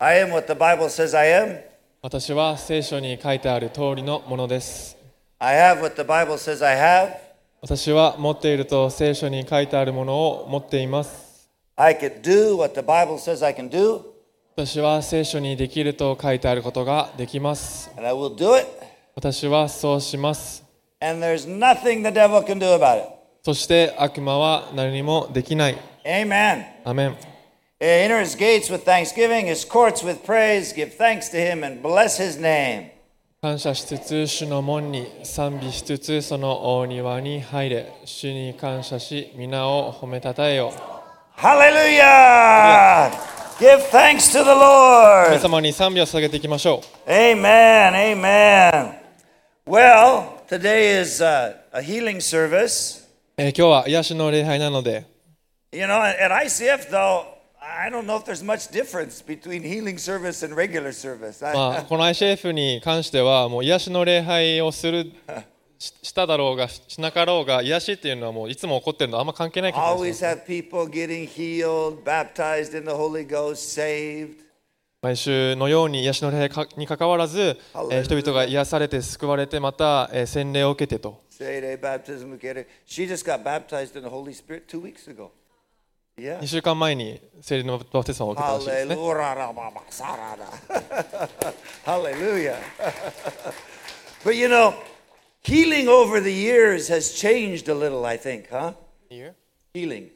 I am what the Bible says I am. 私は聖書に書いてある通りのものです I have what the Bible says I have. 私は持っていると聖書に書いてあるものを持っています I can do what the Bible says I can do, 私は聖書にできると書いてあることができます and I will do it. 私はそうします And there's nothing the devil can do about it. そして悪魔は何もできない Amen. アメン Enter his gates with thanksgiving, his courts with praise. Give thanks to him and bless his name. 感謝しつつ主の門に賛美しつつその大庭に入れ主に感謝し皆を褒めたたえよう Hallelujah! Give thanks to the 神 Lord. 様に賛美を捧げていきましょ Amen. Amen. Well, today is uh, a healing service. う、えー今日は癒しの礼拝なので You know, at ICF, though, I don't know if there's much difference between healing service and regular service. I- まあ、この ICF に関してはもう癒しの礼拝をするししただろうがししなかろうが癒しっていうのはもういつも起こってるのあんま関係ない気がします Always have people getting healed, baptized in the Holy Ghost, saved. 毎週のように癒しの礼拝かにかかわらず、えー人々が癒されて救われてまた、えー洗礼を受けてと Say they baptism we get it. She just got baptized in the Holy Spirit two weeks ago. Yeah. 2週間前に聖霊のバプテスマを受けたらしいですね Hallelujah. Hallelujah. but you know, healing over the years has changed a little, I think, huh? Healing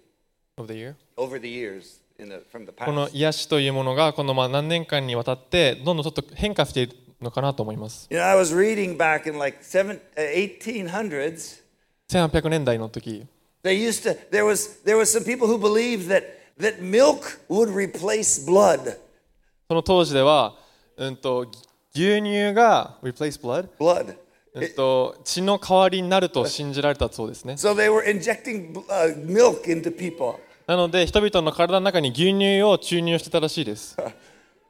Of the year over the years in the, from the この past. 癒しというものがこのまあ何年間にわたってどんどんちょっと変化しているのかなと思います You know, I was reading back in like seven, uh, 1800s. 1800年代の時 They used to, there was, there was some people who believed that, that milk would replace blood. その当時では、うん、と牛乳が replace blood、 Blood. うん、と血の代わりになると信じられたそうですね So they were injecting uh, milk into people. なので人々の体の中に牛乳を注入してたらしいです、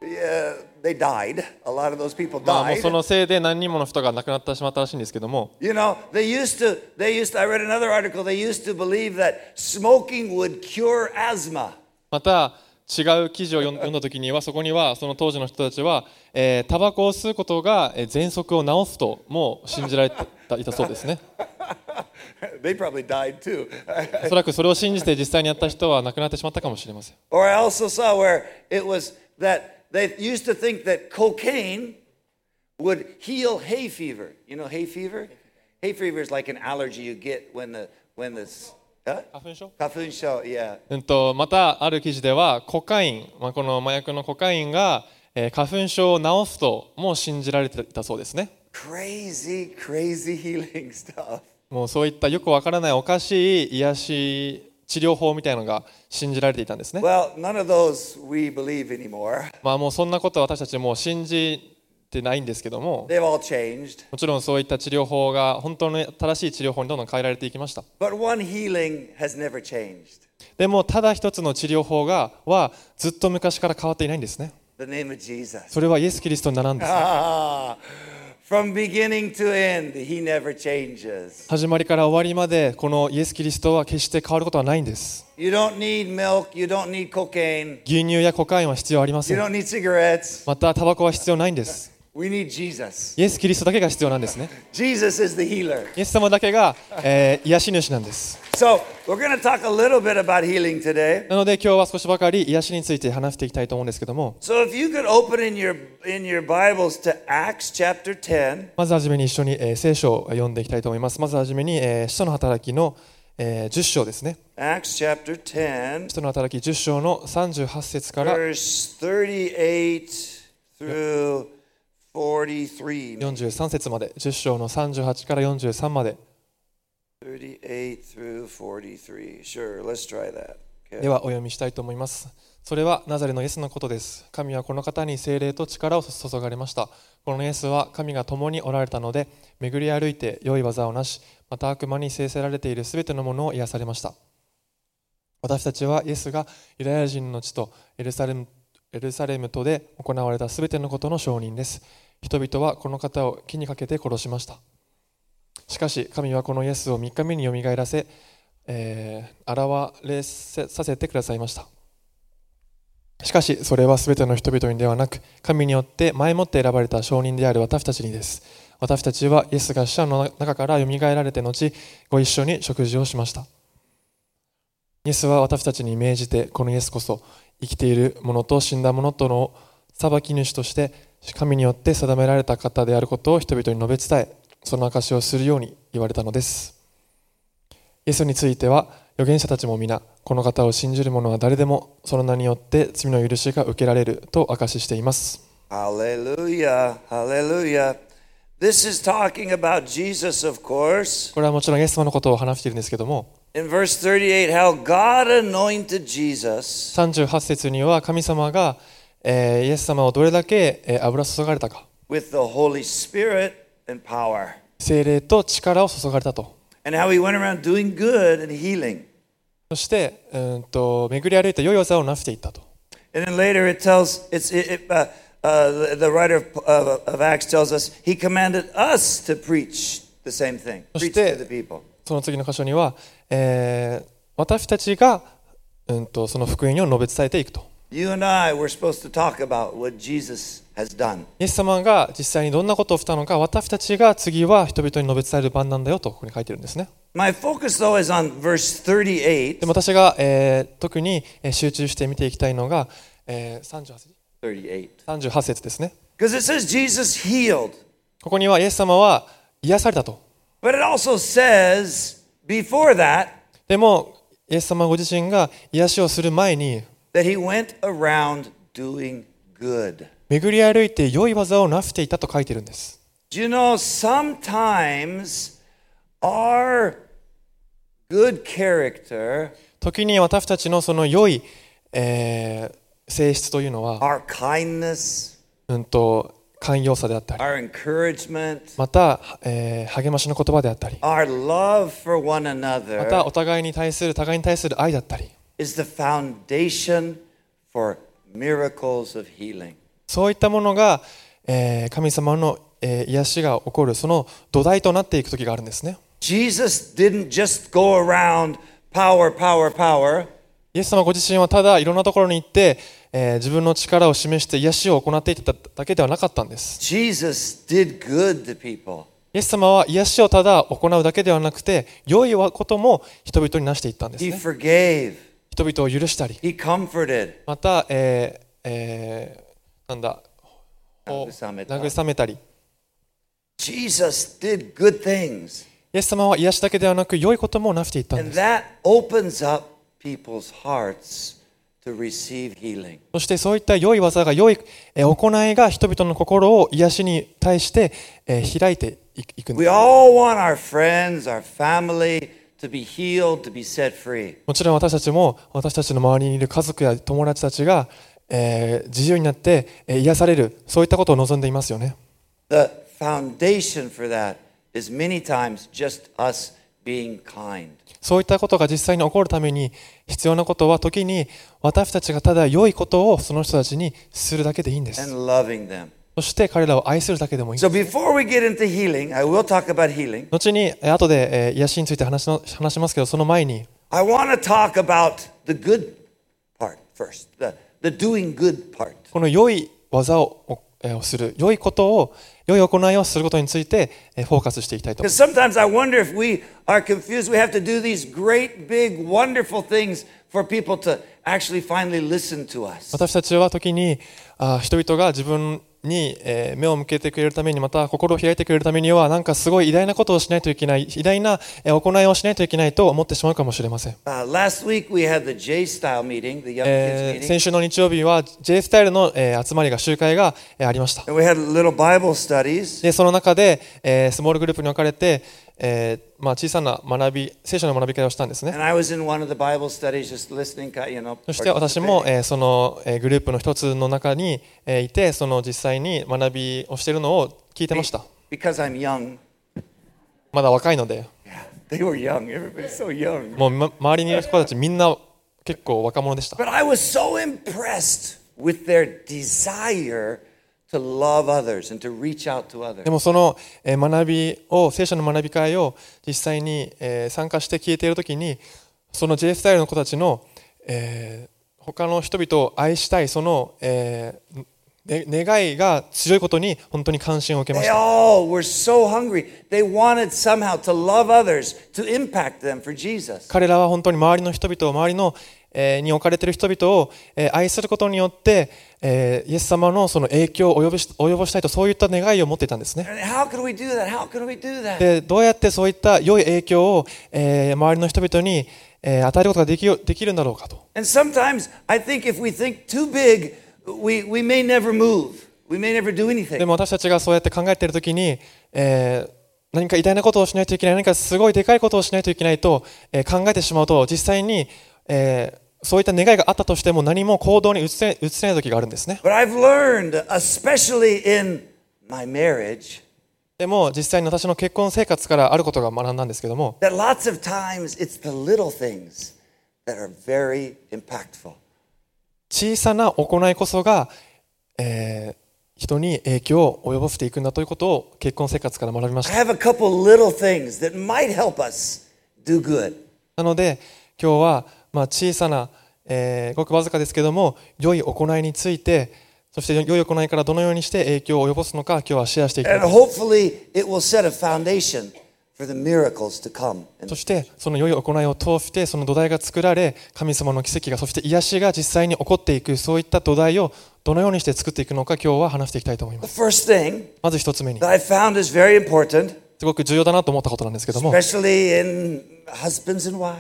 Yeah, they died. A lot of those people まあ、もう died. そのせいで何人もの人が亡くなってしまったらしいんですけども You know, they used to, they used to, I read another article, they used to believe that smoking would cure asthma. また違う記事を読ん読んだ時にはそこにはその当時の人たちは、えータバコを吸うことがえー喘息を治すとも信じられていたそうですね They probably died too. おそらくそれを信じて実際にやった人は亡くなってしまったかもしれません or I also saw where it was that they used to think that cocaine would heal hay fever. You know, hay fever? Hay fever is like an allergy you get when the, when the, s- huh? 花粉症 Kafun show, yeah. うんと、またある記事ではコカイン、まあ、この麻薬のコカインが、えー花粉症を治すとも信じられていたそうですね Crazy, crazy healing stuff. もうそういったよくわからないおかしい癒し治療法みたいなのが信じられていたんですね、 Well, none of those we believe anymore. まあ、もうそんなことは私たちもう信じてないんですけども They've all changed. もちろんそういった治療法が本当の正しい治療法にどんどん変えられていきました But one healing has never changed でもただ一つの治療法がはずっと昔から変わっていないんですね the name of Jesus. それはイエス・キリストにならんです Ah, from beginning to end, he never changes. 始まりから終わりまでこのイエス・キリストは決して変わることはないんです You don't need milk, you don't need cocaine, 牛乳やコカインは必要ありませ you ん don't need cigarettes. またタバコは必要ないんです We need Jesus. イエス・キリストだけが必要なんですね Jesus is the healer. イエス様だけが、えー癒し主なんです So, we're going to talk a little bit about healing today. なので今日は少しばかり癒しについて話していきたいと思うんですけども So, if you could open in your in your Bibles to Acts chapter 10, まずはじめに一緒に、えー聖書を読んでいきたいと思いますまずはじめに、えー使徒の働きの、えー10章ですね Acts chapter 10, 使徒の働き10章の38節から verse 38 through 43. 43節まで10章の38から43まで38 through 43. Sure, let's try that. で Okay. はお読みしたいと思います。それはナザレのイエスのことです。神はこの方に精霊と力を注がれました。このイエスは神が共におられたので、巡り歩いて良い技をなし、また悪魔に制せられているすべてのものを癒されました。私たちはイエスがユダヤ人の地とエルサレムエルサレムとで行われたすべてのことの証人です。人々はこの方を木にかけて殺しました。しかし神はこのイエスを3日目によみがえらせ、えー現れさせてくださいましたしかしそれは全ての人々にではなく神によって前もって選ばれた証人である私たちにです私たちはイエスが死者の中からよみがえられて後ご一緒に食事をしましたイエスは私たちに命じてこのイエスこそ生きているものと死んだものとの裁き主として神によって定められた方であることを人々に述べ伝えその証しをするように言われたのですイエスについては預言者たちも皆この方を信じる者は誰でもその名によって罪の許しが受けられると証ししています Hallelujah. Hallelujah. This is talking about Jesus, of course. これはもちろんイエス様のことを話しているんですけども In verse 38, how God anointed Jesus. 38節には神様が、えーイエス様をどれだけ、えー油注がれたか with the Holy Spirit and power, 精霊と力を注がれたと and how he went around doing good and healing. そしてうーんと巡り歩いた良い技をなしていったと And then later it tells it's it, it, uh, uh, the- the writer of, of, of Acts tells us he commanded us to preach the same thing, preach to そして、 the people. その次の箇所には、えー私たちが、うん、とその福音を述べ伝えていくと You and I were supposed to talk about what Jesus has done. イエス様が実際にどんなことをしたのか私たちが次は人々に述べ伝える番なんだよとここに書いてるんですね My focus though is on verse 38, でも私が、えー特にえー集中して見ていきたいのが、えー38節 38, 38節ですね because it says Jesus healed, ここにはイエス様は癒されたと but it also says before that でもイエス様ご自身が癒しをする前に that he went around doing good. 巡り歩いて良い技をなしていたと書いてるんです Do you know sometimes our good character, 時に私たちのその良い、えー性質というのは、 our kindness, うん、と寛容さであったり our encouragement, また、えー励ましの言葉であったり our love for one また another お互いに対する互いに対する愛だったり is the foundation for miracles of healing. そういったものが、えー神様の、えー癒しが起こるその土台となっていく時があるんですね Jesus didn't just go around power, power, power. イエス様ご自身はただいろんなところに行って、えー自分の力を示して癒しを行っていただけではなかったんです Jesus did good to people. イエス様は癒しをただ行うだけではなくて良いことも人々になしていったんです He ね forgave, 人々を許したり he comforted. また、えーえーなんだを慰めた慰めたりイ Jesus did good things. エス様は癒しだけではなく良いこともなしていったんで And す that opens up people's hearts to receive healing. そしてそういった良い技が良い、えー行いが人々の心を癒しに対して、えー開いていいくん We です all want our friends, our family to be healed, to be set free. もちろん私たちも私たちの周りにいる家族や友達たちが、えー自由になって、えー癒されるそういったことを望んでいますよね The foundation for that is many times just us being kind. そういったことが実際に起こるために必要なことは時に私たちがただ良いことをその人たちにするだけでいいんです And loving them. そして彼らを愛するだけでもいいんで So す before we get into healing, I will talk about healing. 後にえー後でえー癒しについて話しの話しますけどその前に I want to talk about the good part first, the, the doing good part. この良い技をおえーをする良いことを良い行いをすることについてえーフォーカスしていきたいと思いま Because sometimes I wonder if we are confused. We have to do these great, big, wonderful things for people to actually finally listen to us. す私たちは時にあー人々が自分にえー目を向けてくれるためにまた心を開いてくれるためにはなんかすごい偉大なことをしないといけない偉大なえー行いをしないといけないと思ってしまうかもしれません Uh, last week we had the J Style meeting, the young え kids ー meeting, 先週の日曜日は J スタイルの、えー集まりが集会が、えーありました and we had little Bible studies. でその中で、えースモールグループに分かれて、えーまあ、小さな学び聖書の学び会をしたんですね And I was in one of the Bible studies, just listening, ki- you know. そして私も、えーその、えーグループの一つの中に、えーいてその実際に学びをしているのを聞いてました because I'm young. まだ若いので Yeah, they were young. Everybody's so young. もう、ま周りにいる人たちみんな結構若者でした But I was so impressed with their desire to love others and to reach out to others. でもそのえー学びを聖書の学び会を実際にえー参加して聞いているときにその JF スタイルの子たちのえー他の人々を愛したいその、えーね願いが強いことに本当に関心を受けま They した all were so hungry. They wanted somehow to love others, to impact them for Jesus. 彼らは本当に周りの人々を周りの、えーに置かれている人々を、えー愛することによって、えーイエス様のその影響を及ぼし及ぼしたいとそういった願いを持っていたんですね And how can we do that? How can we do that? でどうやってそういった良い影響を、えー周りの人々に、えー与えることができよできるんだろうかと And sometimes I think if we think too big, we, we may never move. We may never do で anything. も私たちがそうやって考えている時に、えー何か偉大なことをしないといけない何かすごいでかいことをしないといけないと、えー考えてしまうと実際に、えーそういった願いがあったとしても何も行動に移せ移せない時があるんですね But I've learned, especially in my marriage, でも実際に私の結婚生活からあることが学んだんですけども that lots of times it's the little things that are very impactful. 小さな行いこそが、えー人に影響を及ぼしていくんだということを結婚生活から学びまし I た have a couple little things that might help us do good. なので今日はまあ小さな、えーごくわずかですけども良い行いについてそして良い行いからどのようにして影響を及ぼすのか今日はシェアしていきたい And と思い hopefully it will set a foundation for the miracles to come. ますそしてその良い行いを通してその土台が作られ神様の奇跡がそして癒しが実際に起こっていくそういった土台をどのようにして作っていくのか今日は話していきたいと思いま The す first thing まず一つ目に that I found is very important, すごく重要だなと思ったことなんですけども especially in husbands and wives,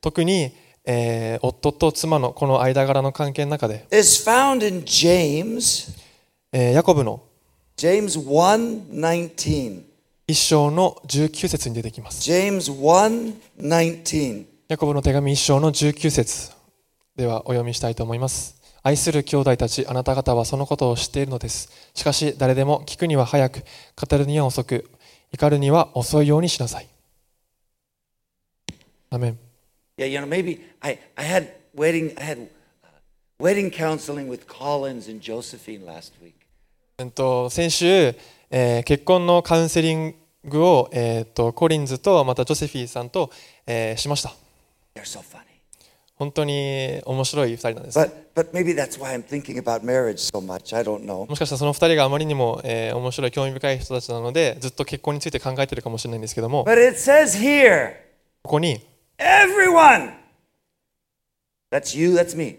特に、えー夫と妻のこの間柄の関係の中で、 is found in James, えーヤコブの James 1:19. 一章の19節に出てきます James 1:19. ヤコブの手紙一章の19節ではお読みしたいと思います。愛する兄弟たち、あなた方はそのことを知っているのです。しかし、誰でも聞くには早く、語るには遅く、怒るには遅いようにしなさい。アメン。 Yeah, you know, maybe I, I had wedding I had uh, wedding counseling with Collins and Josephine last week. うんと先週、えー結婚のカウンセリングを、えーとコリンズとまたジョセフィーさんと、えーしました。 They're so funny. 本当に面白い2人なんです。 But but maybe that's why I'm thinking about marriage so much. I don't know. もしかしたらその2人があまりにも、えー面白い興味深い人たちなのでずっと結婚について考えてるかもしれないんですけども But it says here, ここに everyone. That's you, that's me.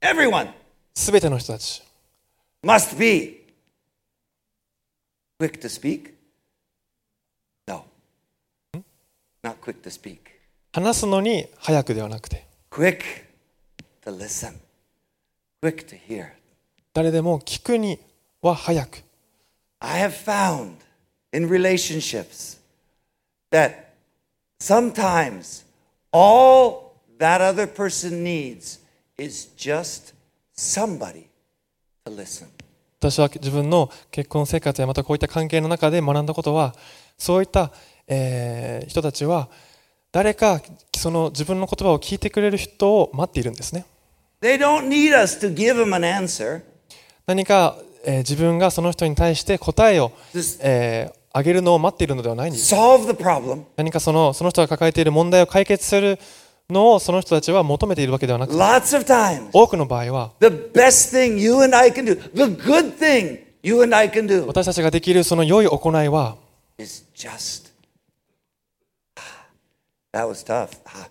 Everyone 全ての人たち must be quick to speak. No. Not quick to speak. 話すのに早くではなくて Quick to listen. Quick to hear. 誰でも聞くには早く I have found in relationships that sometimes all that other person needs is just somebody to listen. 私は自分の結婚生活やまたこういった関係の中で学んだことはそういった、えー人たちは誰かその自分の言葉を聞いてくれる人を待っているんですね They don't need us to give them an answer. 何か、えー自分がその人に対して答えを、 This- えーあげるのを待っているのではないんです Solve the problem. 何かそのその人が抱えている問題を解決するのをその人たちは求めているわけではなく Lots of times. 多くの場合は The best thing you and I can do, the good thing you and I can do, 私たちができるその良い行いは is just. Ah, That was tough. Ah,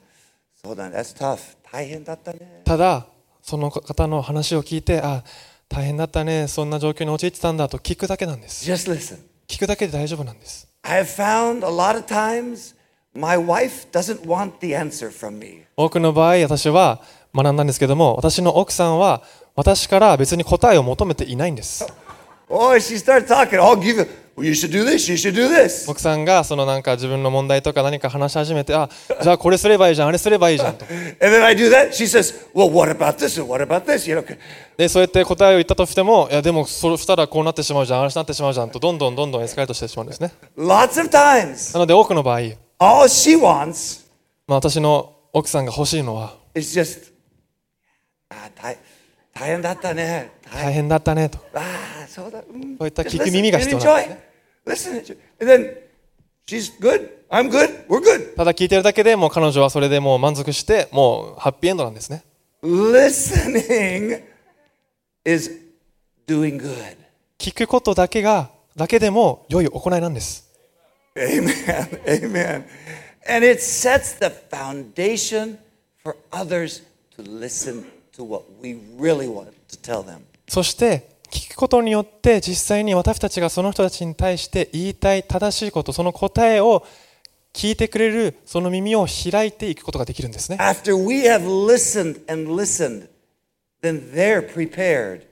Hold on, that's tough. 大変だったね。ただその方の話を聞いてあ大変だったねそんな状況に陥ってたんだと聞くだけなんです Just listen. 聞くだけで大丈夫なんです I have found a lot of times my wife doesn't want the answer from me. 多くの場合私は学んだんですけども私の奥さんは私から別に答えを求めていないんです Oh, she starts talking. I'll give you. Well, you should do this. You should do this. 奥さんがそのなんか自分の問題とか何か話し始めてあじゃあこれすればいいじゃんあれすればいいじゃんと And then I do that. She says, "Well, what about this? And what about this?" You know. でそうやって答えを言ったとしてもいやでもそうしたらこうなってしまうじゃんああなってしまうじゃんとどんどんどんどんエスカレートしてしまうんですね Lots of times, なので多くの場合、 all she wants まあ、私の奥さんが欲しいのは is just. Ah, 大-大変だったね。大-大変だったねと Ah, そうだ。うん。そういった Just 聞く listen 耳が and 必要なんですね。 enjoy. Listen and enjoy. And then she's good. I'm good. We're good. ただ聞いてるだけでもう彼女はそれでもう満足してもうハッピーエンドなんですね Listening is doing good. 聞くことだけがだけでも良い行いなんです Amen. Amen. And it sets the foundation for others to listen to what we really want to tell them. そして聞くことによって実際に私たちがその人たちに対して言いたい正しいことその答えを聞いてくれるその耳を開いていくことができるんですね After we have listened and listened, then they're prepared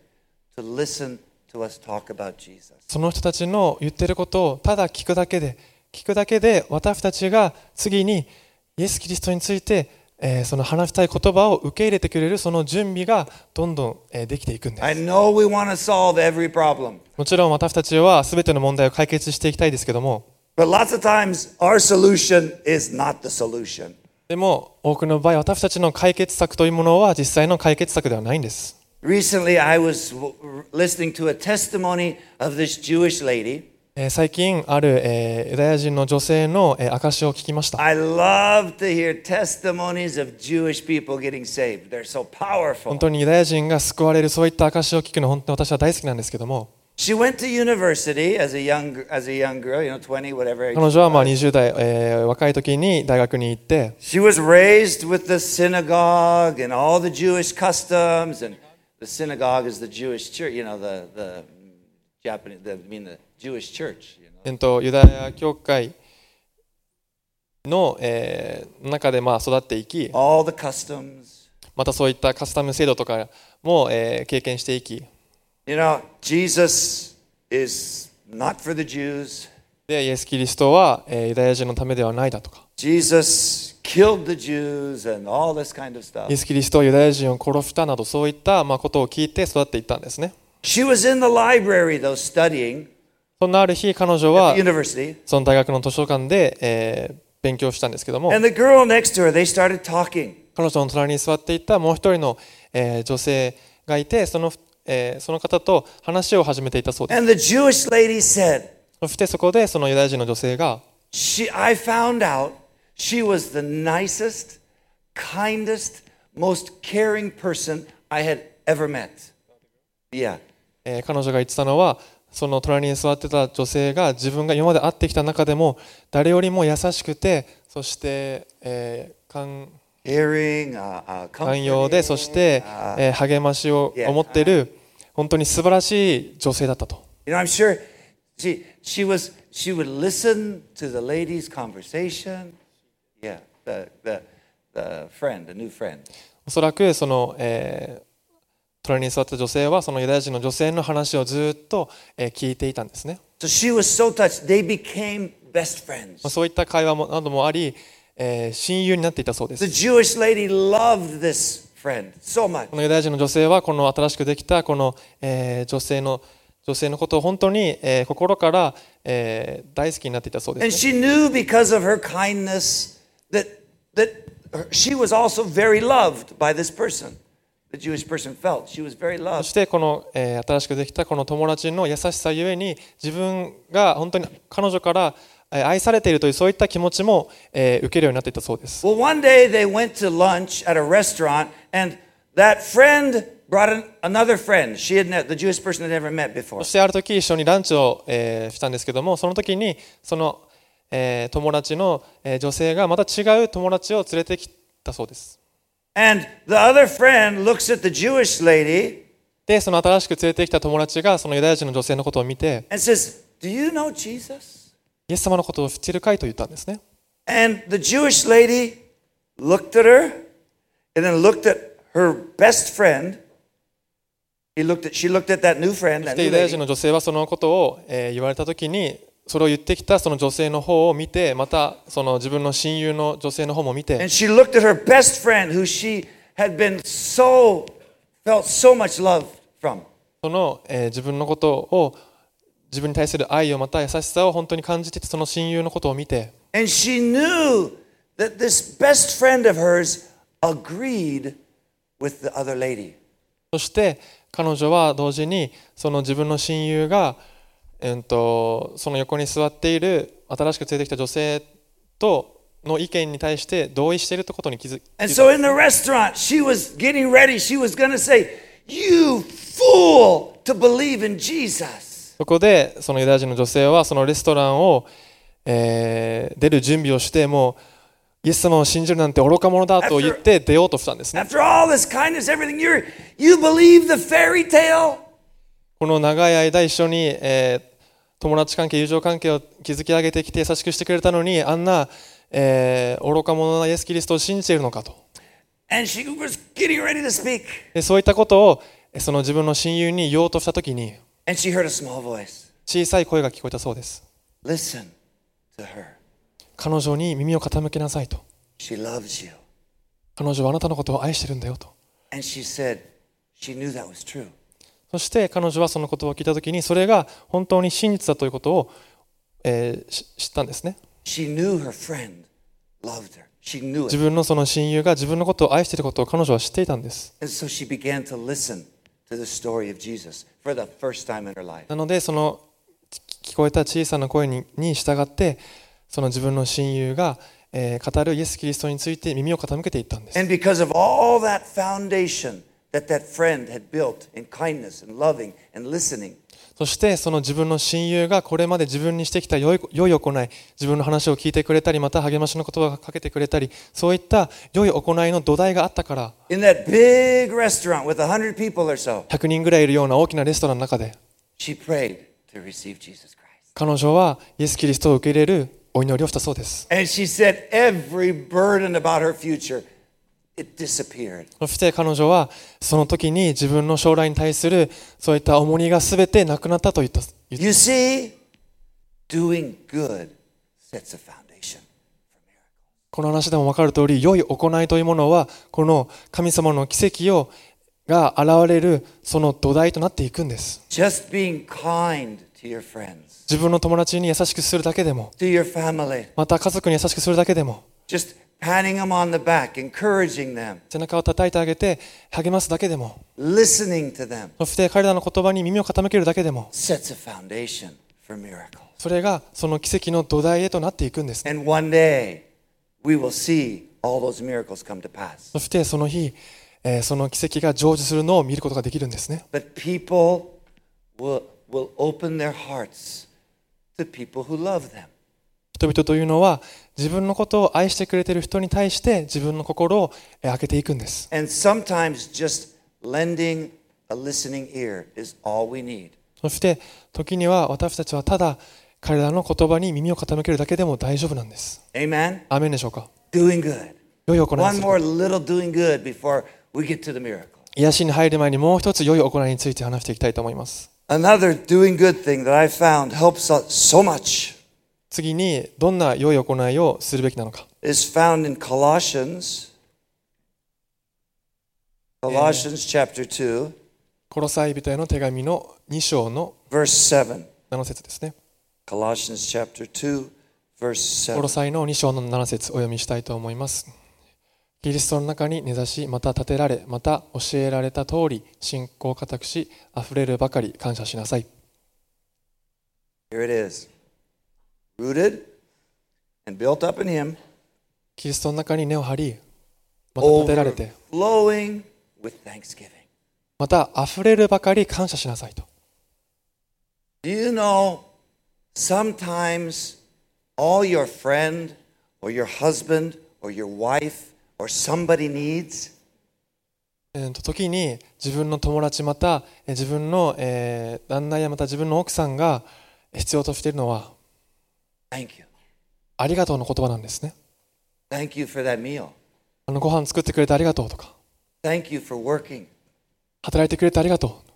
to listen to us talk about Jesus. その人たちの言ってることをただ聞くだけで聞くだけで私たちが次にイエス・キリストについて、えーその話したい言葉を受け入れてくれるその準備がどんどん、えーできていくんです I know we want to solve every problem, もちろん私たちは全ての問題を解決していきたいですけども but lots of times our solution is not the solution. でも多くの場合私たちの解決策というものは実際の解決策ではないんです Recently, I was w- listening to a testimony of this Jewish lady. えー最近ある、えーユダヤ人の女性の、えー証しを聞きました I love to hear testimonies of Jewish people getting saved. They're so 本 powerful. 当にユダヤ人が救われるそういった証しを聞くの本当に私は大好きなんですけども She went to university as a young as a young girl, you know, 20 whatever. age. 彼女はまあ20代、えー若い時に大学に行って She was raised with the synagogue and all the Jewish customs and the synagogue is the Jewish church, you know, the the Japanese the, I mean the Jewish church, you know. えっとユダヤ教会の、えー中でまあ育っていき All the customs. またそういったカスタム制度とかも、えー経験していき You know, Jesus is not for the Jews. でイエス・キリストは、えーユダヤ人のためではないだとか Jesus killed the Jews and all this kind of stuff. イエス・キリストはユダヤ人を殺したなどそういったまあことを聞いて育っていったんですね She was in the library though studying そんなある日彼女 at は the university. その大学の図書館で、えー勉強したんですけども And the girl next to her, they started talking. 彼女の隣に座っていたもう一人の、えー女性がいてその,、えーその方と話を始めていたそうです And the Jewish lady said, そしてそこでそのユダヤ人の女性が she, I found out she was the nicest, kindest, most caring person I had ever met. Yeah. えー彼女が言ってたのはその隣に座ってた女性が自分が今まで会ってきた中でも誰よりも優しくてそして、えー寛 Caring, uh, uh, 寛容で comforting. そして、えー励ましを思っている本当に素晴らしい女性だったと You know, I'm sure she, she was, she would listen to the lady's conversation. Yeah, the, the, the friend, the new friend. おそらくその、えー隣に座ってた女性はそのユダヤ人の女性の話をずっと、えー聞いていたんですね、 So she was so touched, they became best まあ friends. そういった会話もなどもあり、えー親友になっていたそうです The Jewish lady loved this friend so much. このユダヤ人の女性はこの新しくできたこの、えー女性の女性のことを本当に、えー心から、えー大好きになっていたそうで And す、ね、 she knew because of her kindness that, that her- she was also very loved by this person. The Jewish person felt she was very そ loved. してこの、えー新しくできたこの友達の優しさゆえに自分が本当に彼女からえー愛されているというそういった気持ちも、えー受けるようになっていたそうです Well, one day they went to lunch at a restaurant, and that friend brought an, another friend she had ne- the Jewish person had never met before. そしてある時一緒にランチを、えーしたんですけどもその時にその、えー友達の、えー女性がまた違う友達を連れてきたそうです And the other friend looks at the Jewish lady でその新しく連れてきた友達がそのユダヤ人の女性のことを見て and says, "Do you know Jesus?" イエス様のことを知るかいと言ったんですね And the Jewish lady looked at her and then looked at her best friend. He looked at, she looked at that new friend, that で new ユダヤ人 lady, の女性はそのことを、えー言われた時にそれを言ってきたその女性の方を見てまたその自分の親友の女性の方も見て and she looked at her best friend who she had been so, felt so much love from. その、えー自分のことを自分に対する愛をまた優しさを本当に感じていたその親友のことを見て And she knew that this best friend of hers agreed with the other lady. そして彼女は同時にその自分の親友が、えー、とその横に座っている新しく連れてきた女性との意見に対して同意しているということに気づ And so in the restaurant, she was getting ready. She was going to say, You fool to believe in Jesus. そこでそのユダヤ人の女性はそのレストランを、えー出る準備をしてもうイエス様を信じるなんて愚か者だと言って出ようとしたんですね After all this kindness, everything, you're, you believe the fairy tale? この長い間一緒に、えー友達関係友情関係を築き上げてきて優しくしてくれたのにあんな、えー愚か者なイエス・キリストを信じているのかと And she was getting ready to speak. でそういったことをえーその自分の親友に言おうとした時に And she heard a small voice. 小さい声が聞こえたそうです Listen to her. 彼女に耳を傾けなさいと She loves you. 彼女はあなたのことを愛してるんだよと And she said, She knew that was true. そして彼女はその言葉を聞いた時にそれが本当に真実だということを、えーし知ったんですね She knew her friend loved her. She knew it. 自分のその親友が自分のことを愛していることを彼女は知っていたんです And so she began to listen to the story of Jesus for the first time in her life. なのでそのき聞こえた小さな声にに従ってその自分の親友が、えー語るイエス・キリストについて耳を傾けていったんです And because of all that foundation that that friend had built in kindness and loving and listening, そしてその自分の親友がこれまで自分にしてきた良い良い行い自分の話を聞いてくれたりまた励ましの言葉をかけてくれたりそういった良い行いの土台があったから in that big restaurant with 100 people or so, 100人ぐらいいるような大きなレストランの中で she prayed to receive Jesus Christ. 彼女はイエス・キリストを受け入れるお祈りをしたそうです And she said every burden about her future, it disappeared. そして彼女はその時に自分の将来に対するそういった重荷が全てなくなったと言った言っ You see, doing good sets a foundation. この話でも分かる通り良い行いというものはこの神様の奇跡をが現れるその土台となっていくんです Just being kind to your friends, 自分の友達に優しくするだけでも to your family, また家族に優しくするだけでも just patting them on the back, encouraging them, 背中を叩いてあげて励ますだけでも listening to them. そして彼らの言葉に耳を傾けるだけでも sets a foundation for miracles. それがその奇跡の土台へとなっていくんです And one day, we will see all those miracles come to pass. そしてその日、えーその奇跡が成就するのを見ることができるんですね But people will, will open their hearts to people who love them. 人々というのは自分のことを愛してくれている人に対して自分の心をえー開けていくんです And sometimes just lending a listening ear is all we need. そして時には私たちはただ彼らの言葉に耳を傾けるだけでも大丈夫なんです Amen? アーメンでしょうか Doing good. 良い行いを One する more little doing good before we get to the miracle. 癒しに入る前にもう一つ良い行いについて話していきたいと思います Another doing good thing that I found helps us so much 次にどんな良い行いをするべきなのか is found in Colossians, Colossians chapter 2, コロサイ人への手紙の2章の verse 7. 7節ですね Colossians chapter 2, verse コロ 7. サイの2章の7節お読みしたいと思います。キリストの中に根ざし、また立てられ、また教えられた通り、信仰を固くし、溢れるばかり感謝しなさい。 Here it is. Rooted and built up in Him, キリストの中に根を張り、また立てられて、 overflowing with thanksgiving. また溢れるばかり感謝しなさいと。 Do you know sometimes all your friend or your husband or your wife or somebody needs えーと時に自分の友達またえー自分の、えー旦那やまた自分の奥さんが必要としているのは thank you. ありがとうの言葉なんですね。 Thank you for that meal. あのご飯作ってくれてありがとうとか Thank you for working. 働いてくれてありがとう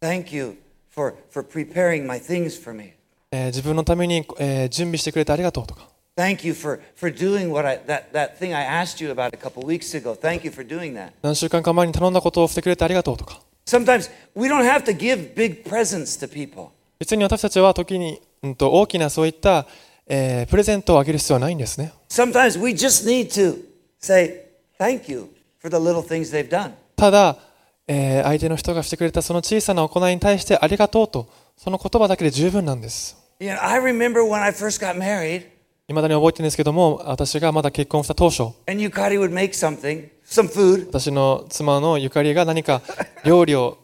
Thank you for, for preparing my things for me. えー自分のために、えー準備してくれてありがとうとか Thank you for, for doing what I, that, that thing I asked you about a couple weeks ago. Thank you for doing that. 何週間か前に頼んだことをしてくれてありがとうとか Sometimes we don't have to give big presents to people. 別に私たちは時に、うん、と大きなそういった、えープレゼントをあげる必要はないんですね Sometimes we just need to say thank you for the little things they've done. ただ、えー相手の人がしてくれたその小さな行いに対してありがとうとその言葉だけで十分なんです You know, I remember when I first got married, えいまだに覚えてるんですけども、私がまだ結婚した当初、 And Yukari would make something, some food. 私の妻のゆかりが何か料理を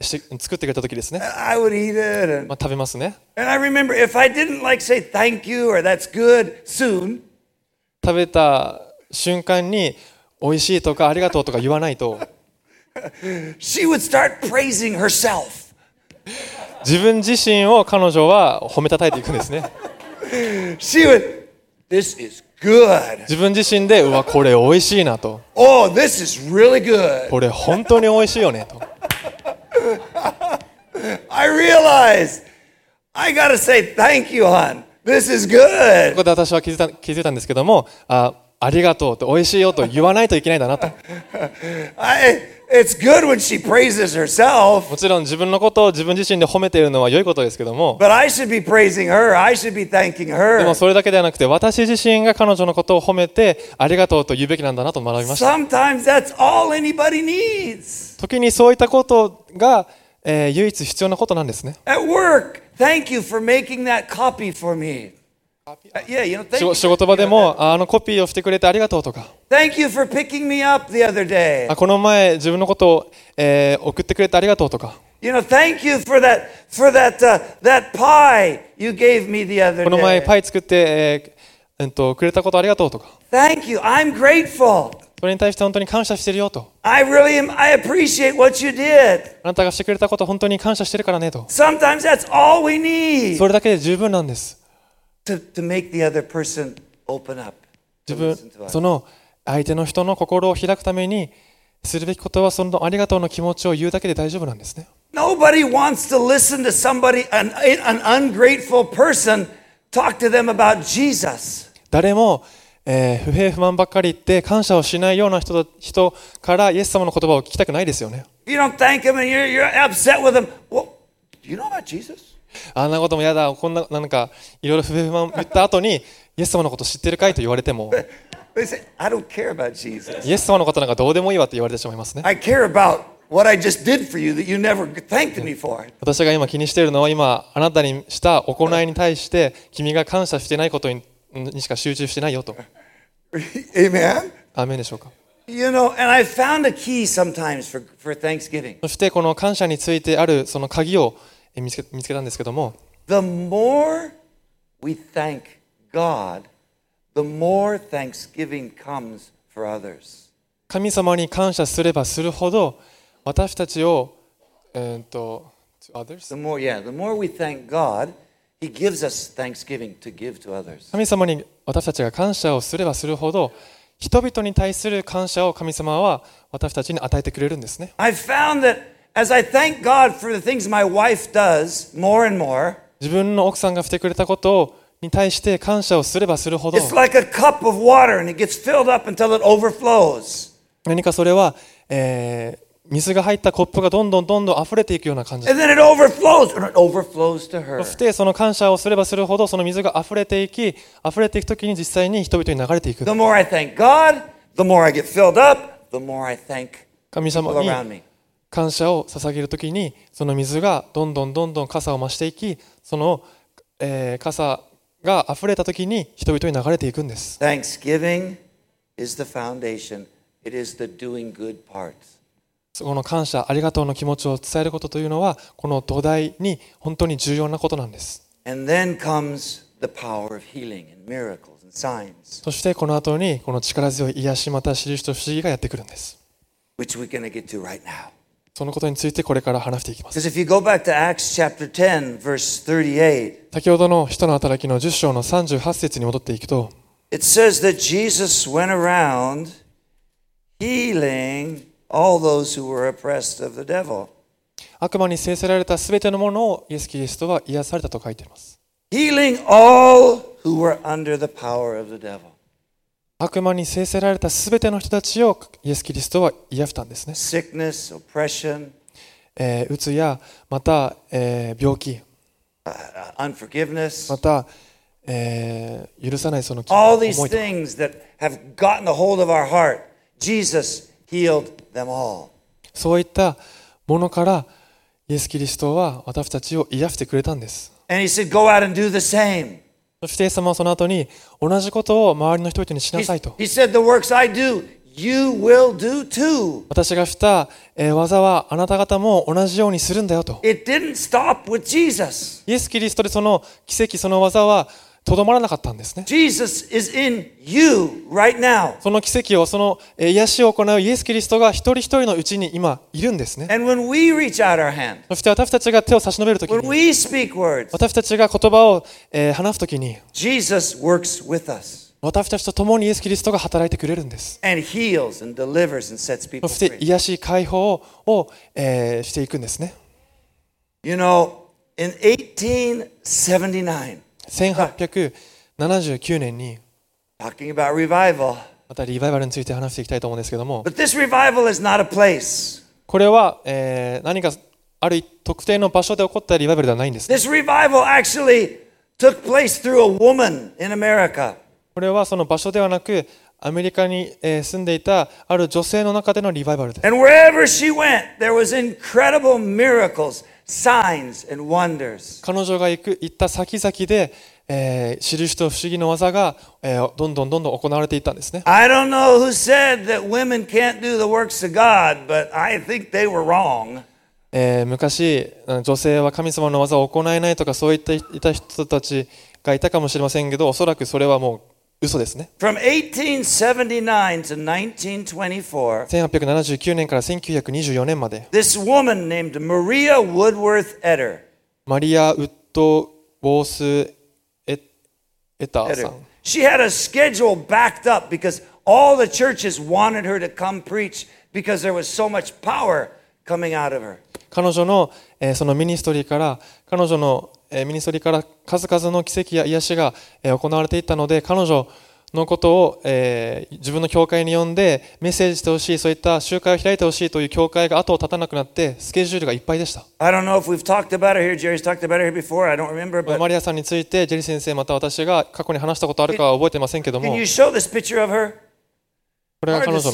して作ってくれた時ですね、 I would eat it. And, まあ、食べますね and I remember if I didn't like say thank you or that's good soon, 食べた瞬間に美味しいとかありがとうとか言わないと she would start praising herself. 自分自身を彼女は褒めたたいていくんですね She would, this is good. 自分自身でうわこれ美味しいなと Oh, this is really good. これ本当に美味しいよねと I realized I gotta say thank you, hon. This is こ good. こで私は気づいた気づいたんですけどもあありがとうと美味しいよと言わないといけないんだ なと I, it's good when she praises herself, もちろん自分のことを自分自身で褒めているのは良いことですけども but I should be praising her. I should be thanking で her. もそれだけではなくて私自身が彼女のことを褒めてありがとうと言うべきなんだなと学びました Sometimes that's all anybody needs. 時にそういったことが、えー唯一必要なことなんですね At work, thank you for making that copy for me. Uh, yeah, you know, 仕 thank 事 you, 仕事場でもああのコピーをしてくれてありがとうとか thank you for picking me up the other day. あこの前自分のことを、えー送ってくれてありがとうとか You know, thank you for that for that uh, that pie you gave me the other この前 day. パイ作って、えーうんとくれたことありがとうとか Thank you. I'm grateful. それに対して本当に感謝してるよと I really am. I appreciate what you did. あなたがしてくれたこと本当に感謝してるからねと Sometimes that's all we need それだけで十分なんです to, to make the other person open up. to 自分 listen to us. その相手の人の心を開くためにするべきことはそのありがとうの気持ちを言うだけで大丈夫なんですね Nobody wants to listen to somebody, an, an ungrateful person, talk to them about Jesus. 誰も、えー不平不満ばっかり言って感謝をしないような人だ人からイエス様の言葉を聞きたくないですよね。 If you don't thank him and you're, you're upset with him, well, do you know about Jesus? あんなことも嫌だ、こんな、なんか、いろいろ不平不満言った後に、イエス様のこと知ってるかいと言われても、 They say, I don't care about Jesus. イエス様のことなんかどうでもいいわって言われてしまいますね。 I care about what I just did for you that you never thanked me for. 私が今気にしているのは、今、あなたにした行いに対して、君が感謝してないことににしか集中してないよと。 Amen. アーメンでしょうか。 You know, and I found a key sometimes for, for Thanksgiving. そして、この感謝についてある、その鍵をえー見つけ見つけたんですけども、 The more we thank God, the more thanksgiving comes for others. 神様に感謝すればするほど私たちを、えー、と to others The more, yeah, the more we thank God, He gives us thanksgiving to give to others. 神様に私たちが感謝をすればするほど人々に対する感謝を神様は私たちに与えてくれるんですね I found that as I thank God for the things my wife does more and more, 自分の奥さんがしてくれたことに対して感謝をすればするほど it's like a cup of water and it gets filled up until it overflows. 何かそれは、えー水が入ったコップがどんどんどんどん溢れていくような感じ And then it overflows and it overflows to her. そしてその感謝をすればするほどその水が溢れていき溢れていく時に実際に人々に流れていく The more I thank God, the more I get filled up, the more I thank 神様 people に around me. 感謝を捧げるときにその水がどんどんどんどん傘を増していきその、えー傘が溢れたときに人々に流れていくんです Thanksgiving is the foundation. It is the doing good part. そこの感謝ありがとうの気持ちを伝えることというのはこの土台に本当に重要なことなんです And then comes the power of healing and miracles and signs, そしてこの後にこの力強い癒しまた印と不思議がやってくるんです which we're going to get to right now. そのことについてこれから話していきます Because if you go back to Acts chapter 10, verse 38, 先ほどの人の働きの10章の38節に戻っていくと it says that Jesus went around healing all those who were oppressed of the devil. 悪魔に制せられたすべてのものをイエス・キリストは癒されたと書いています healing all who were under the power of the devil. 悪魔に制せられたすべての人たちをイエス・キリストは癒したんですね。 Sickness, oppression, えー、うつや、また、えー病気、 uh, unforgiveness, また、えー許さないその気 all 思 these いとか things that have gotten a hold of our heart. Jesus healed them all. そういったものからイエス・キリストは私たちを癒してくれたんです。 And he said, Go out and do the same. そしてイエス様はその後に同じことを周りの人々にしな He, さいと he said, The works I do, you will do too. 私がした、えー技はあなた方も同じようにするんだよと It didn't stop with Jesus. イエス・キリストでその奇跡その技はとどまらなかったんですね Jesus is in you right now. その奇跡をそのえー癒しを行うイエス・キリストが一人一人のうちに今いるんですね And when we reach out our hand, そして私たちが手を差し伸べるとき when に we speak words, 私たちが言葉を、えー話すときに Jesus works with us 私たちと共にイエス・キリストが働いてくれるんです and heals and delivers and sets people そして free. 癒し解放をを、えーしていくんですね You know, in 1879, 1879年に talking about revival, またリバイバルについて話していきたいと思うんですけども but this revival is not a place. これは、えー何かある特定の場所で起こったリバイバルではないんですね This revival actually took place through a woman in America. これはその場所ではなくアメリカにえー住んでいたある女性の中でのリバイバルです And wherever she went, there was incredible miracles, signs, and wonders. 彼女が行く行った先々で、えー、印と不思議の技が、えーどんどんどんどん行われていったんですね I don't know who said that women can't do the works of God, but I think they were wrong. えー昔うん女性は神様の技を行えないとかそういったいた人たちがいたかもしれませんけどおそらくそれはもう嘘ですね From 1879 to 1924, 1879年から1924年まで this woman named Maria Woodworth Eder, マリア・ウッド・ウォース・エエターさ Eder, ん she had a schedule backed up because all the churches wanted her to come preach because there was so much power coming out of her. 彼女の、えーそのミニストリーから彼女の、えーミニストリーから数々の奇跡や癒しが、えー行われていったので彼女のことを、えー自分の教会に呼んでメッセージしてほしいそういった集会を開いてほしいという教会が後を絶たなくなってスケジュールがいっぱいでした、 I don't know if we've talked about her here. Jerry's talked about her here before. I don't remember, まあ but マリアさんについてジェリー先生また私が 過去に話したことあるかは覚えてませんけど can も you show this picture of her? これが Hard to 彼女の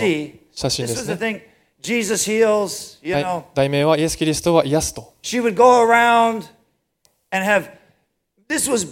写 see. 真で This was す the ね、 thing. Jesus heals. You はい know, 題名はイエス・キリストは癒すと she would go around and have. This was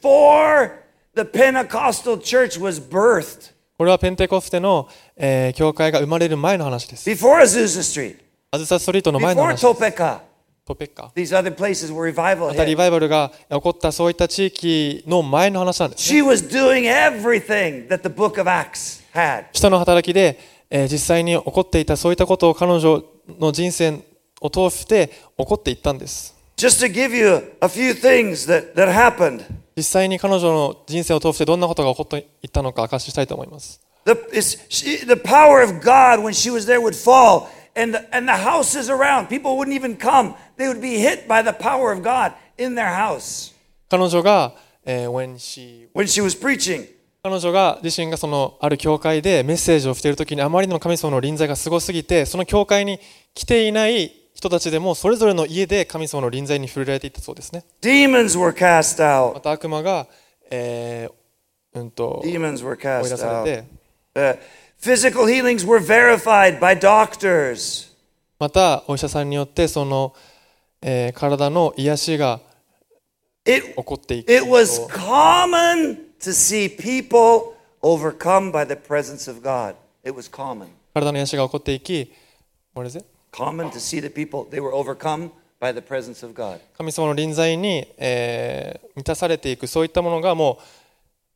before the Pentecostal church was birthed, これはペンテコステの、えー教会が生まれる前の話です。 before Azusa Street, アズサストリートの前の before 話、 Topeka. トペッカ。 These other places where revival またリ hit. バイバルが起こったそういった地域の前の話なんです、ね。 She was doing everything that the Book of Acts had. 下の働きで、えー実際に起こっていたそういったことを彼女の人生を通して起こっていったんです。 Just to give you a few things that, that happened. 実際に彼女の人生を通してどんなことが起こっていったのか証ししたいと思います。 The, it's, she, the power of God when she was there would fall, and the, and the houses around, people wouldn't even come. They would be hit by the power of God in their house 彼女が、えー when she when she was preaching. 彼女が自身がそのある教会でメッセージをしている時にあまりにも神様の臨在がすごすぎてその教会に来ていない人たちでもそれぞれの家で神様の臨在に触れられていったそうですね Demons were cast ま out. た悪魔が、えーうんと追い Demons were 出 cast さ out. れて Uh, physical healings were verified by doctors. またお医者さんによってその、えー体の癒しが It, 起こっていく it was common to see people overcome by the presence of God. It was common. 体の癒しが起こっていき What is it? Common to see the people, they were overcome by the presence of God. 神様の臨在に、えー満たされていくそういったものがも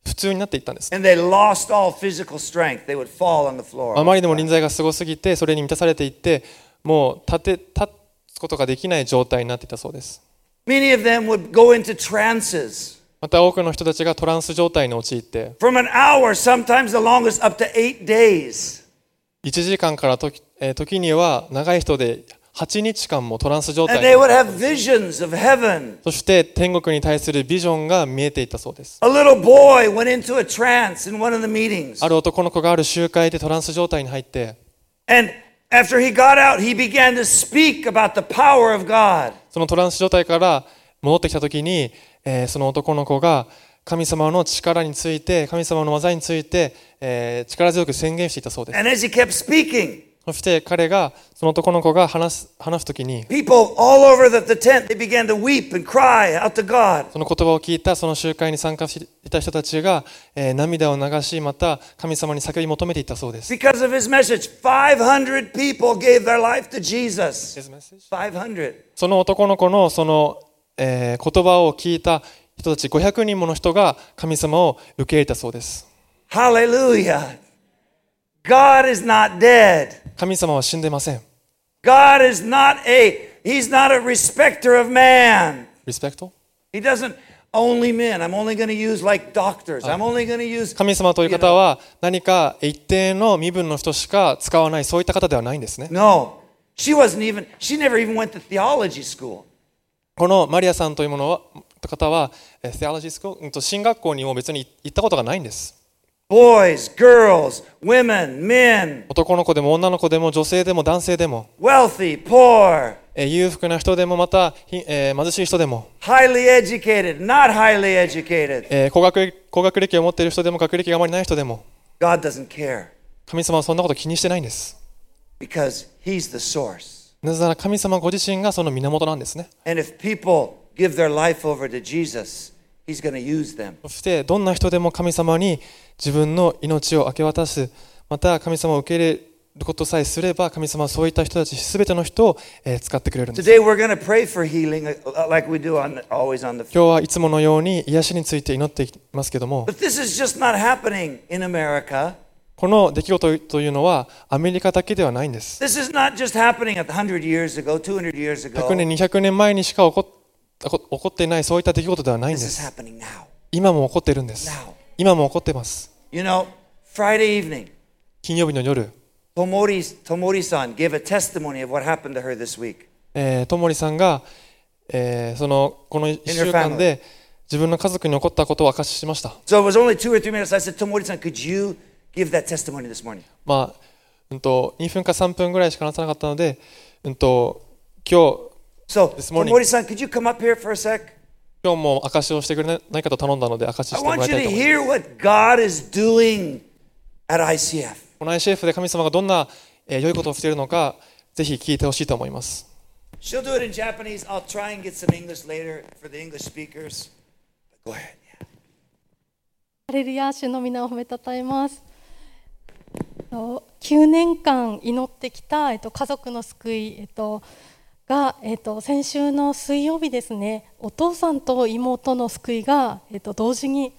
う普通になっていったんです And they lost all physical strength. They would fall on the あ floor. まりにも臨在がすごすぎてそれに満たされていってもう立て立つことができない状態になっていたそうです Many of them would go into trances また多くの人たちがトランス状態に陥って from an hour, sometimes the longest, up to eight days. 1時間から時,、えー時には長い人で8日間もトランス状 And they 態 would have visions of heaven. そして天国に対するビジョンが見えていったそうです A little boy went into a trance in one of the meetings. ある男の子がある集会でトランス状態に入って And after he got out, he began to speak about the power of God. そのトランス状態から戻ってきた時に、えーその男の子が神様の力について神様の技について、えー力強く宣言していたそうです And as he kept speaking, そそして彼が、その男の子が話す、話すときに、 People all over the, the tent, they began to weep and cry out to God. その言葉を聞いたその集会に参加していた人たちが、えー涙を流し、また神様に叫び求めていったそうです。 Because of his message, 500 people gave their life to Jesus. 500. その男の子のその、えー言葉を聞いた人たち500人もの人が神様を受け入れたそうです。 Hallelujah. God is not dead. 神様は死んでません。 God is not a, he's not a respecter of man. リスペクト He doesn't, only men. I'm only going to use like doctors. I'm only going to use. 神様という you 方 know. は何か一定の身分の人しか使わないそういった方ではないんですね。 No. She wasn't even, she never even went to theology school. このマリアさんというものは方は、えー Theology School うんと進学校にも別に行ったことがないんです。 Boys, girls, women, men, 男の子でも女の子でも女性でも男性でも、 wealthy, poor, えー裕福な人でもまた、ひえー貧しい人でも、 highly educated, not highly educated. えー高学高学歴を持っている人でも学歴があまりない人でも God doesn't care 神様はそんなこと気にしてないんです because he's the source. なぜなら神様ご自身がその源なんですね And if people give their life over to Jesus, he's going to use them. そしてどんな人でも神様に自分の命を明け渡すまた神様を受け入れることさえすれば神様はそういった人たち全ての人を、えー使ってくれるんです Today we're going to pray for healing uh, like we do on the, always on the 今日はいつものように癒しについて祈っていますけども But this is just not happening in America. この出来事というのはアメリカだけではないんです This is not just happening 100 years ago, 200 years 100 ago. 年200年前にしか起こっ起こっていないそういった出来事ではないんで This is す happening now. 今も起こっているんです今も起こっています You know, Friday evening, 金曜日の夜、 Tomori, Tomori-san gave a testimony of what happened to her this week. えー、ともりさんが、えーそのこの1週間で自分の家族に起こったことを明かししました、 So it was only two or three minutes. I said, Tomori-san, could you give that testimony this morning? まあうん、と2分か3分ぐらいしか話さなかったので、うん、と今日 So This morning. Tomori-san, could you come up here for a sec? 今日も明かしをしてくれないかと頼んだので明かしし I てもらい want you たい to と思います hear what God is doing at ICF. この ICF で神様がどんな、えー良いことをしているのかぜひ聞いてほしいと思います She'll do it in Japanese. I'll try and get some English later for the English speakers. Go ahead. yeah. ハレルヤ主の皆を褒めたたえます。と9年間祈ってきた、えっと、家族の救い、えっと、が、えっと、先週の水曜日ですねお父さんと妹の救いが、えっと、同時に、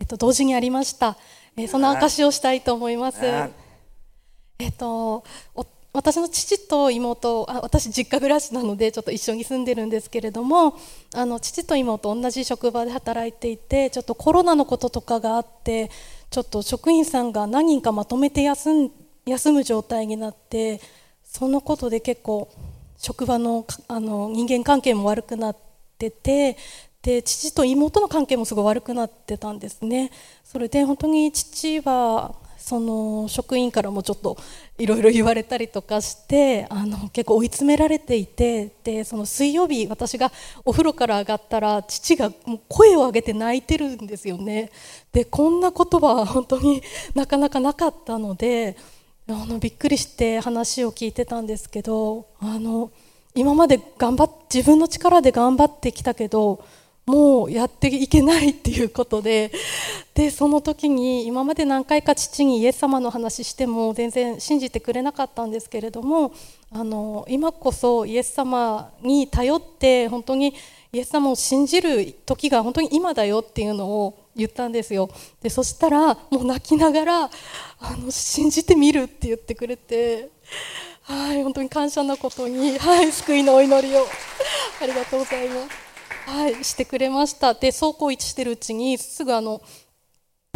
えっと、同時にありました、えーその証しをしたいと思います。あえっと、お私の父と妹あ私実家暮らしなのでちょっと一緒に住んでるんですけれどもあの父と妹同じ職場で働いていてちょっとコロナのこととかがあってちょっと職員さんが何人かまとめて休ん休む状態になってそのことで結構職場のかあの人間関係も悪くなっててで父と妹の関係もすごい悪くなってたんですねそれで本当に父はその職員からもちょっといろいろ言われたりとかしてあの結構追い詰められていてでその水曜日私がお風呂から上がったら父がもう声を上げて泣いてるんですよねでこんなことは本当になかなかなかったのであのびっくりして話を聞いてたんですけどあの今まで頑張っ自分の力で頑張ってきたけどもうやっていけないっていうことででその時に今まで何回か父にイエス様の話しても全然信じてくれなかったんですけれどもあの今こそイエス様に頼って本当にイエス様を信じる時が本当に今だよっていうのを言ったんですよでそしたらもう泣きながらあの信じてみるって言ってくれてはい本当に感謝のことに、はい、救いのお祈りをありがとうございます、はい、してくれましたでそうこう一致してるうちにすぐあの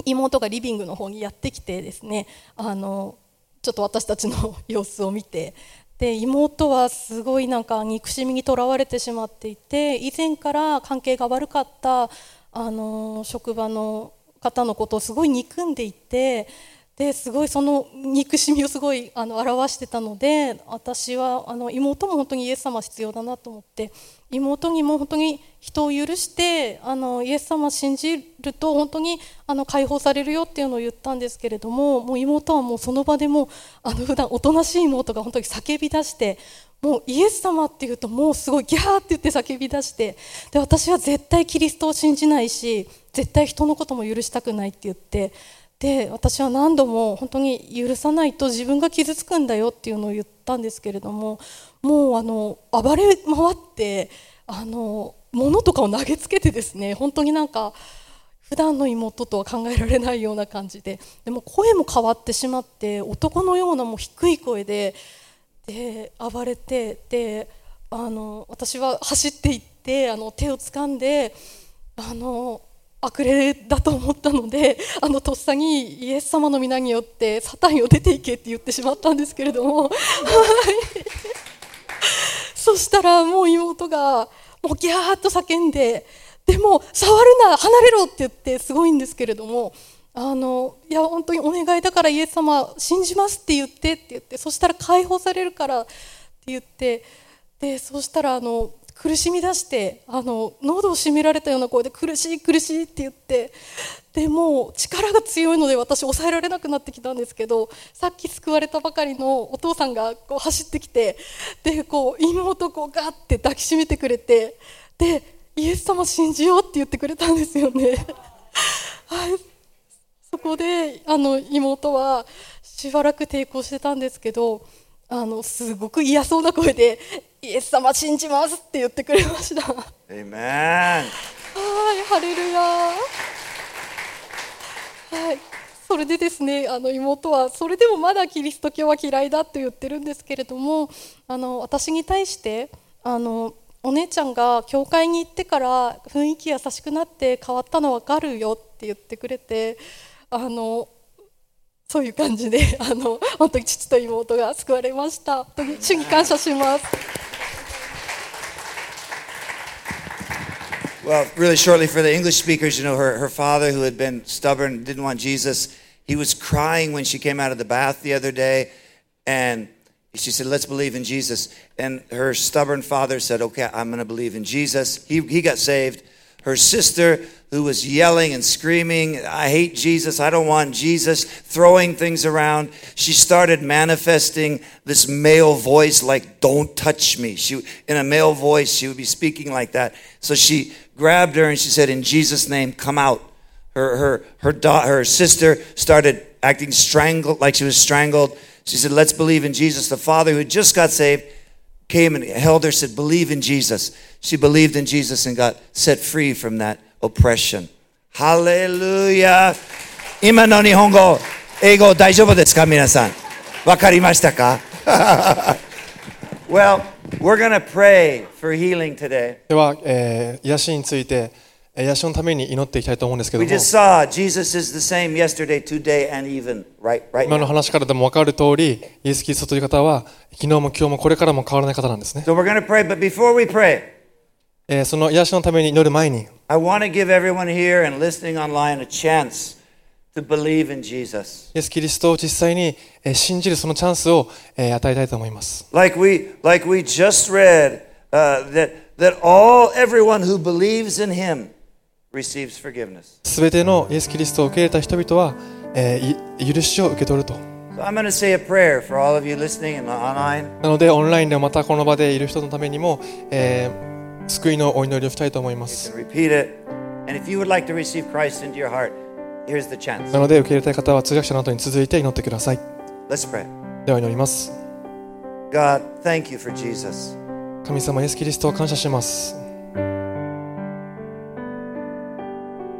妹がリビングの方にやってきてですねあのちょっと私たちの様子を見てで妹はすごいなんか憎しみにとらわれてしまっていて以前から関係が悪かったあの職場の方のことをすごい憎んでいてですごいその憎しみをすごいあの表してたので私はあの妹も本当にイエス様必要だなと思って妹にも本当に人を許してあのイエス様信じると本当にあの解放されるよっていうのを言ったんですけれどももう妹はもうその場でもうあの普段おとなしい妹が本当に叫び出してもうイエス様っていうともうすごいギャーって言って叫び出してで私は絶対キリストを信じないし絶対人のことも許したくないって言ってで私は何度も本当に許さないと自分が傷つくんだよっていうのを言ったんですけれどももうあの暴れ回ってあの物とかを投げつけてですね本当になんか普段の妹とは考えられないような感じででも声も変わってしまって男のようなもう低い声でで暴れてであの私は走っていってあの手を掴んであの悪霊だと思ったのであのとっさにイエス様の皆によってサタンよ出ていけって言ってしまったんですけれども、はい、そしたらもう妹がもうギャーッと叫んででも触るな離れろって言ってすごいんですけれどもあのいや本当にお願いだからイエス様信じますって言ってって言ってそしたら解放されるからって言ってでそしたらあの苦しみ出してあの喉を締められたような声で苦しい苦しいって言ってでもう力が強いので私抑えられなくなってきたんですけどさっき救われたばかりのお父さんがこう走ってきてでこう妹をこうガッて抱きしめてくれてでイエス様信じようって言ってくれたんですよね。 はいそこであの妹はしばらく抵抗してたんですけどあのすごく嫌そうな声で「イエス様信じます」って言ってくれましたは Amen. いハレルヤはいそれでですねあの妹はそれでもまだキリスト教は嫌いだと言ってるんですけれどもあの私に対してあのお姉ちゃんが教会に行ってから雰囲気優しくなって変わったの分かるよって言ってくれてあのそういう感じで、あの、本当に父と妹が救われました。本当に主に感謝します。 Well, really shortly for the English speakers, you know, her, her father, who had been stubborn, didn't want Jesus, he was crying when she came out of the bath the other day. And she said, Let's believe in Jesus. And her stubborn father said, Okay, I'm going to believe in Jesus. He, he got saved. Her sister, who was yelling and screaming, I hate Jesus, I don't want Jesus, throwing things around, she started manifesting this male voice like, Don't touch me. She, in a male voice, she would be speaking like that. So she grabbed her and she said, In Jesus' name, come out. Her, her, her, da- her sister started acting strangled, like she was strangled. She said, Let's believe in Jesus. The father who had just got saved came and held her, said, Believe in Jesus. She believed in Jesus and got set free from that oppression. Hallelujah. 今の日本語、英語大丈夫ですか皆さん。わかりましたか ?Well, we're going to pray for healing today. では、えー癒しについて、えー癒しのために祈っていきたいと思うんですけど We も just saw Jesus is the same yesterday, today, and even right, right 今の now. 話からでも分かる通りイエス・キリストという方は昨日も今日もこれからも変わらない方なんですね、 So we're going to pray, but before we pray, えーその癒しのために祈る前に I want to give everyone here and listening online a chance to believe in Jesus. イエス・キリストを実際にえー信じるそのチャンスをえー与えたいと思います。 like we like we just read uh, that that all everyone who believes in him receives forgiveness すべてのイエス・キリストを受け入れた人々は、えーい許しを受け取ると。 so i'm going to say a prayer for all of you listening and online なので、オンラインでまたこの場でいる人のためにも、えー救いのお祈りをしたいと思いま and す。 repeat it and if you would like to receive christ into your heart here's the chance なので、受け入れたい方は通訳者の後に続いて祈ってください。 let's pray では祈ります。 god thank you for jesus 神様、イエス・キリストを感謝します。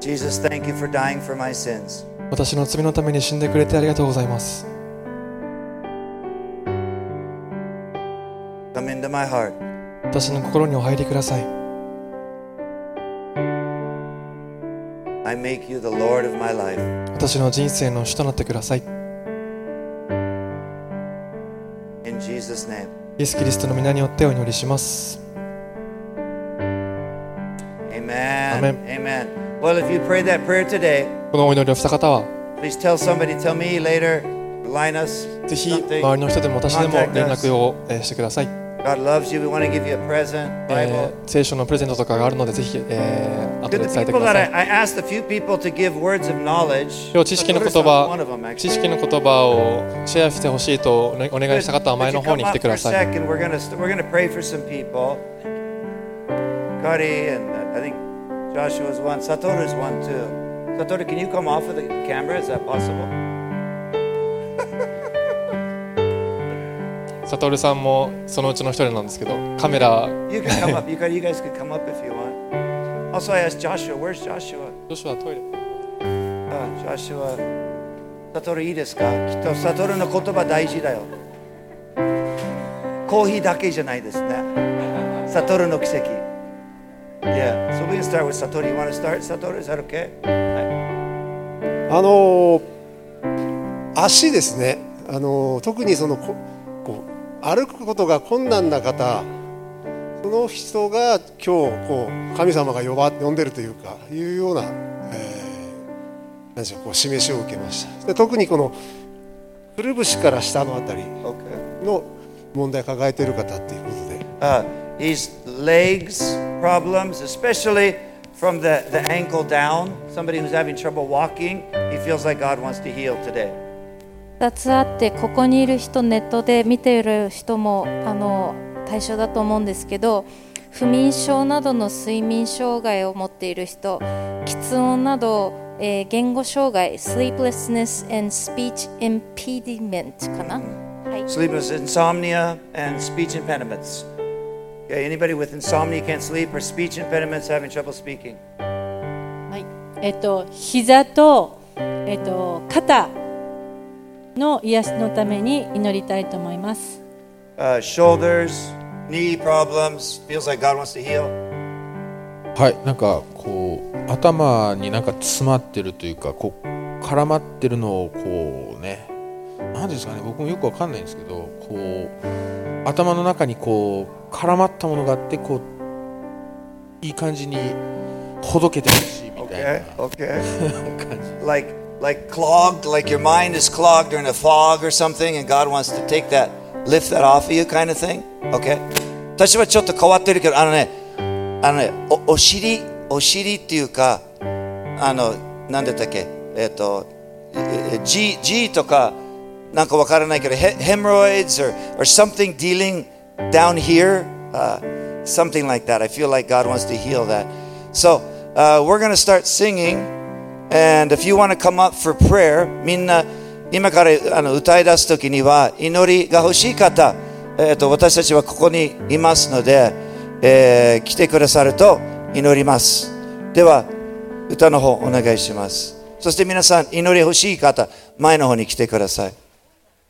jesus thank you for dying for my sins 私の罪のために死んでくれてありがとうございます。 come into my heart 私の心にお入りください。 i make you the lord of my life 私の人生の主となってください。イ in jesus name エス・キリストの皆によってお祈りします。 amen Amen. amen well if you prayed that prayer today このお祈りをした方は Please tell somebody, tell me later, line us. ぜひ周りの人でも私でも連絡をえーしてください、 God loves you. We want to give you a present, え Bible. ー聖書のプレゼントとかがあるのでぜひ、えー、後 To で the 伝えて people くだ that さ I, い I asked a few people to give words of knowledge. 今日知識の言 Notice I'm one of them, 葉 actually. 知識の言葉をシェアしてほしいとお願お願いした方は前の方に来てください Second, we're gonna st- we're gonna pray for some people. Cody and uh, I think Joshua's one. Satoru's one too. Satoru, can you come off of the camera? Is that possible? サトルさんもそのうちの一人なんですけどカメラ You can come up. You can, you guys could come up if you want. Also, I asked Joshua. Where's Joshua? 女子はトイレ Ah, Joshua. Satoru, いいですか？きっとサトルの言葉大事だよ。コーヒーだけじゃないですね。サトルの奇跡。Yeah. So we can start with Satoru. You want to start, Satoru? Is that okay? あのー足ですね、あのー特にそのここう歩くことが困難な方その人が今日こう神様が呼ば呼んでるというかいうような、えーなんでしょうこう示しを受けましたで特にこのくるぶしから下のあたり Okay. の問題を抱えている方っていうことで uh, his legs problems, especially from the, the ankle down. Somebody who's having trouble walking, he feels like God wants to heal today. 2つあってここにいる人ネットで見ている人もあの対象だと思うんですけど不眠症などの睡眠障害を持っている人喫音など、えー言語障害 sleeplessness and speech impediment かな、はい、 Sleepless insomnia and speech impediments. Okay, anybody with insomnia can't sleep or speech impediments having trouble speaking. はい、えっと膝とえっと肩の癒しのために祈りたいと思います。 Uh, shoulders, knee problems, feels like God wants to heal. はい、なんかこう頭になんか詰まってるというかこう絡まってるのをこうね何ですかね僕もよくわかんないんですけどこう頭の中にこう絡まったものがあってこういい感じにほどけてほしいみたいな Okay, okay. 感じ like like clogged, like your mind is clogged or in a fog or something, and God wants to take that, lift that off of you kind of thing. Okay? 私はちょっと変わってるけど、あのね、あのね、おお尻、お尻っていうか、あの、なんでだったっけ、えっ、と、ええ G, G とか、なんかわからないけど、へ hemorrhoids or, or something dealing down here,、uh, something like that. I feel like God wants to heal that. So, uh, we're going to start singing. And if you want to come up for prayer, みんな今からあの歌い出すときには祈りが欲しい方、えー、と私たちはここにいますので、えー来てくださると祈ります。では、歌の方お願いします。そして皆さん、祈り欲しい方、前の方に来てください。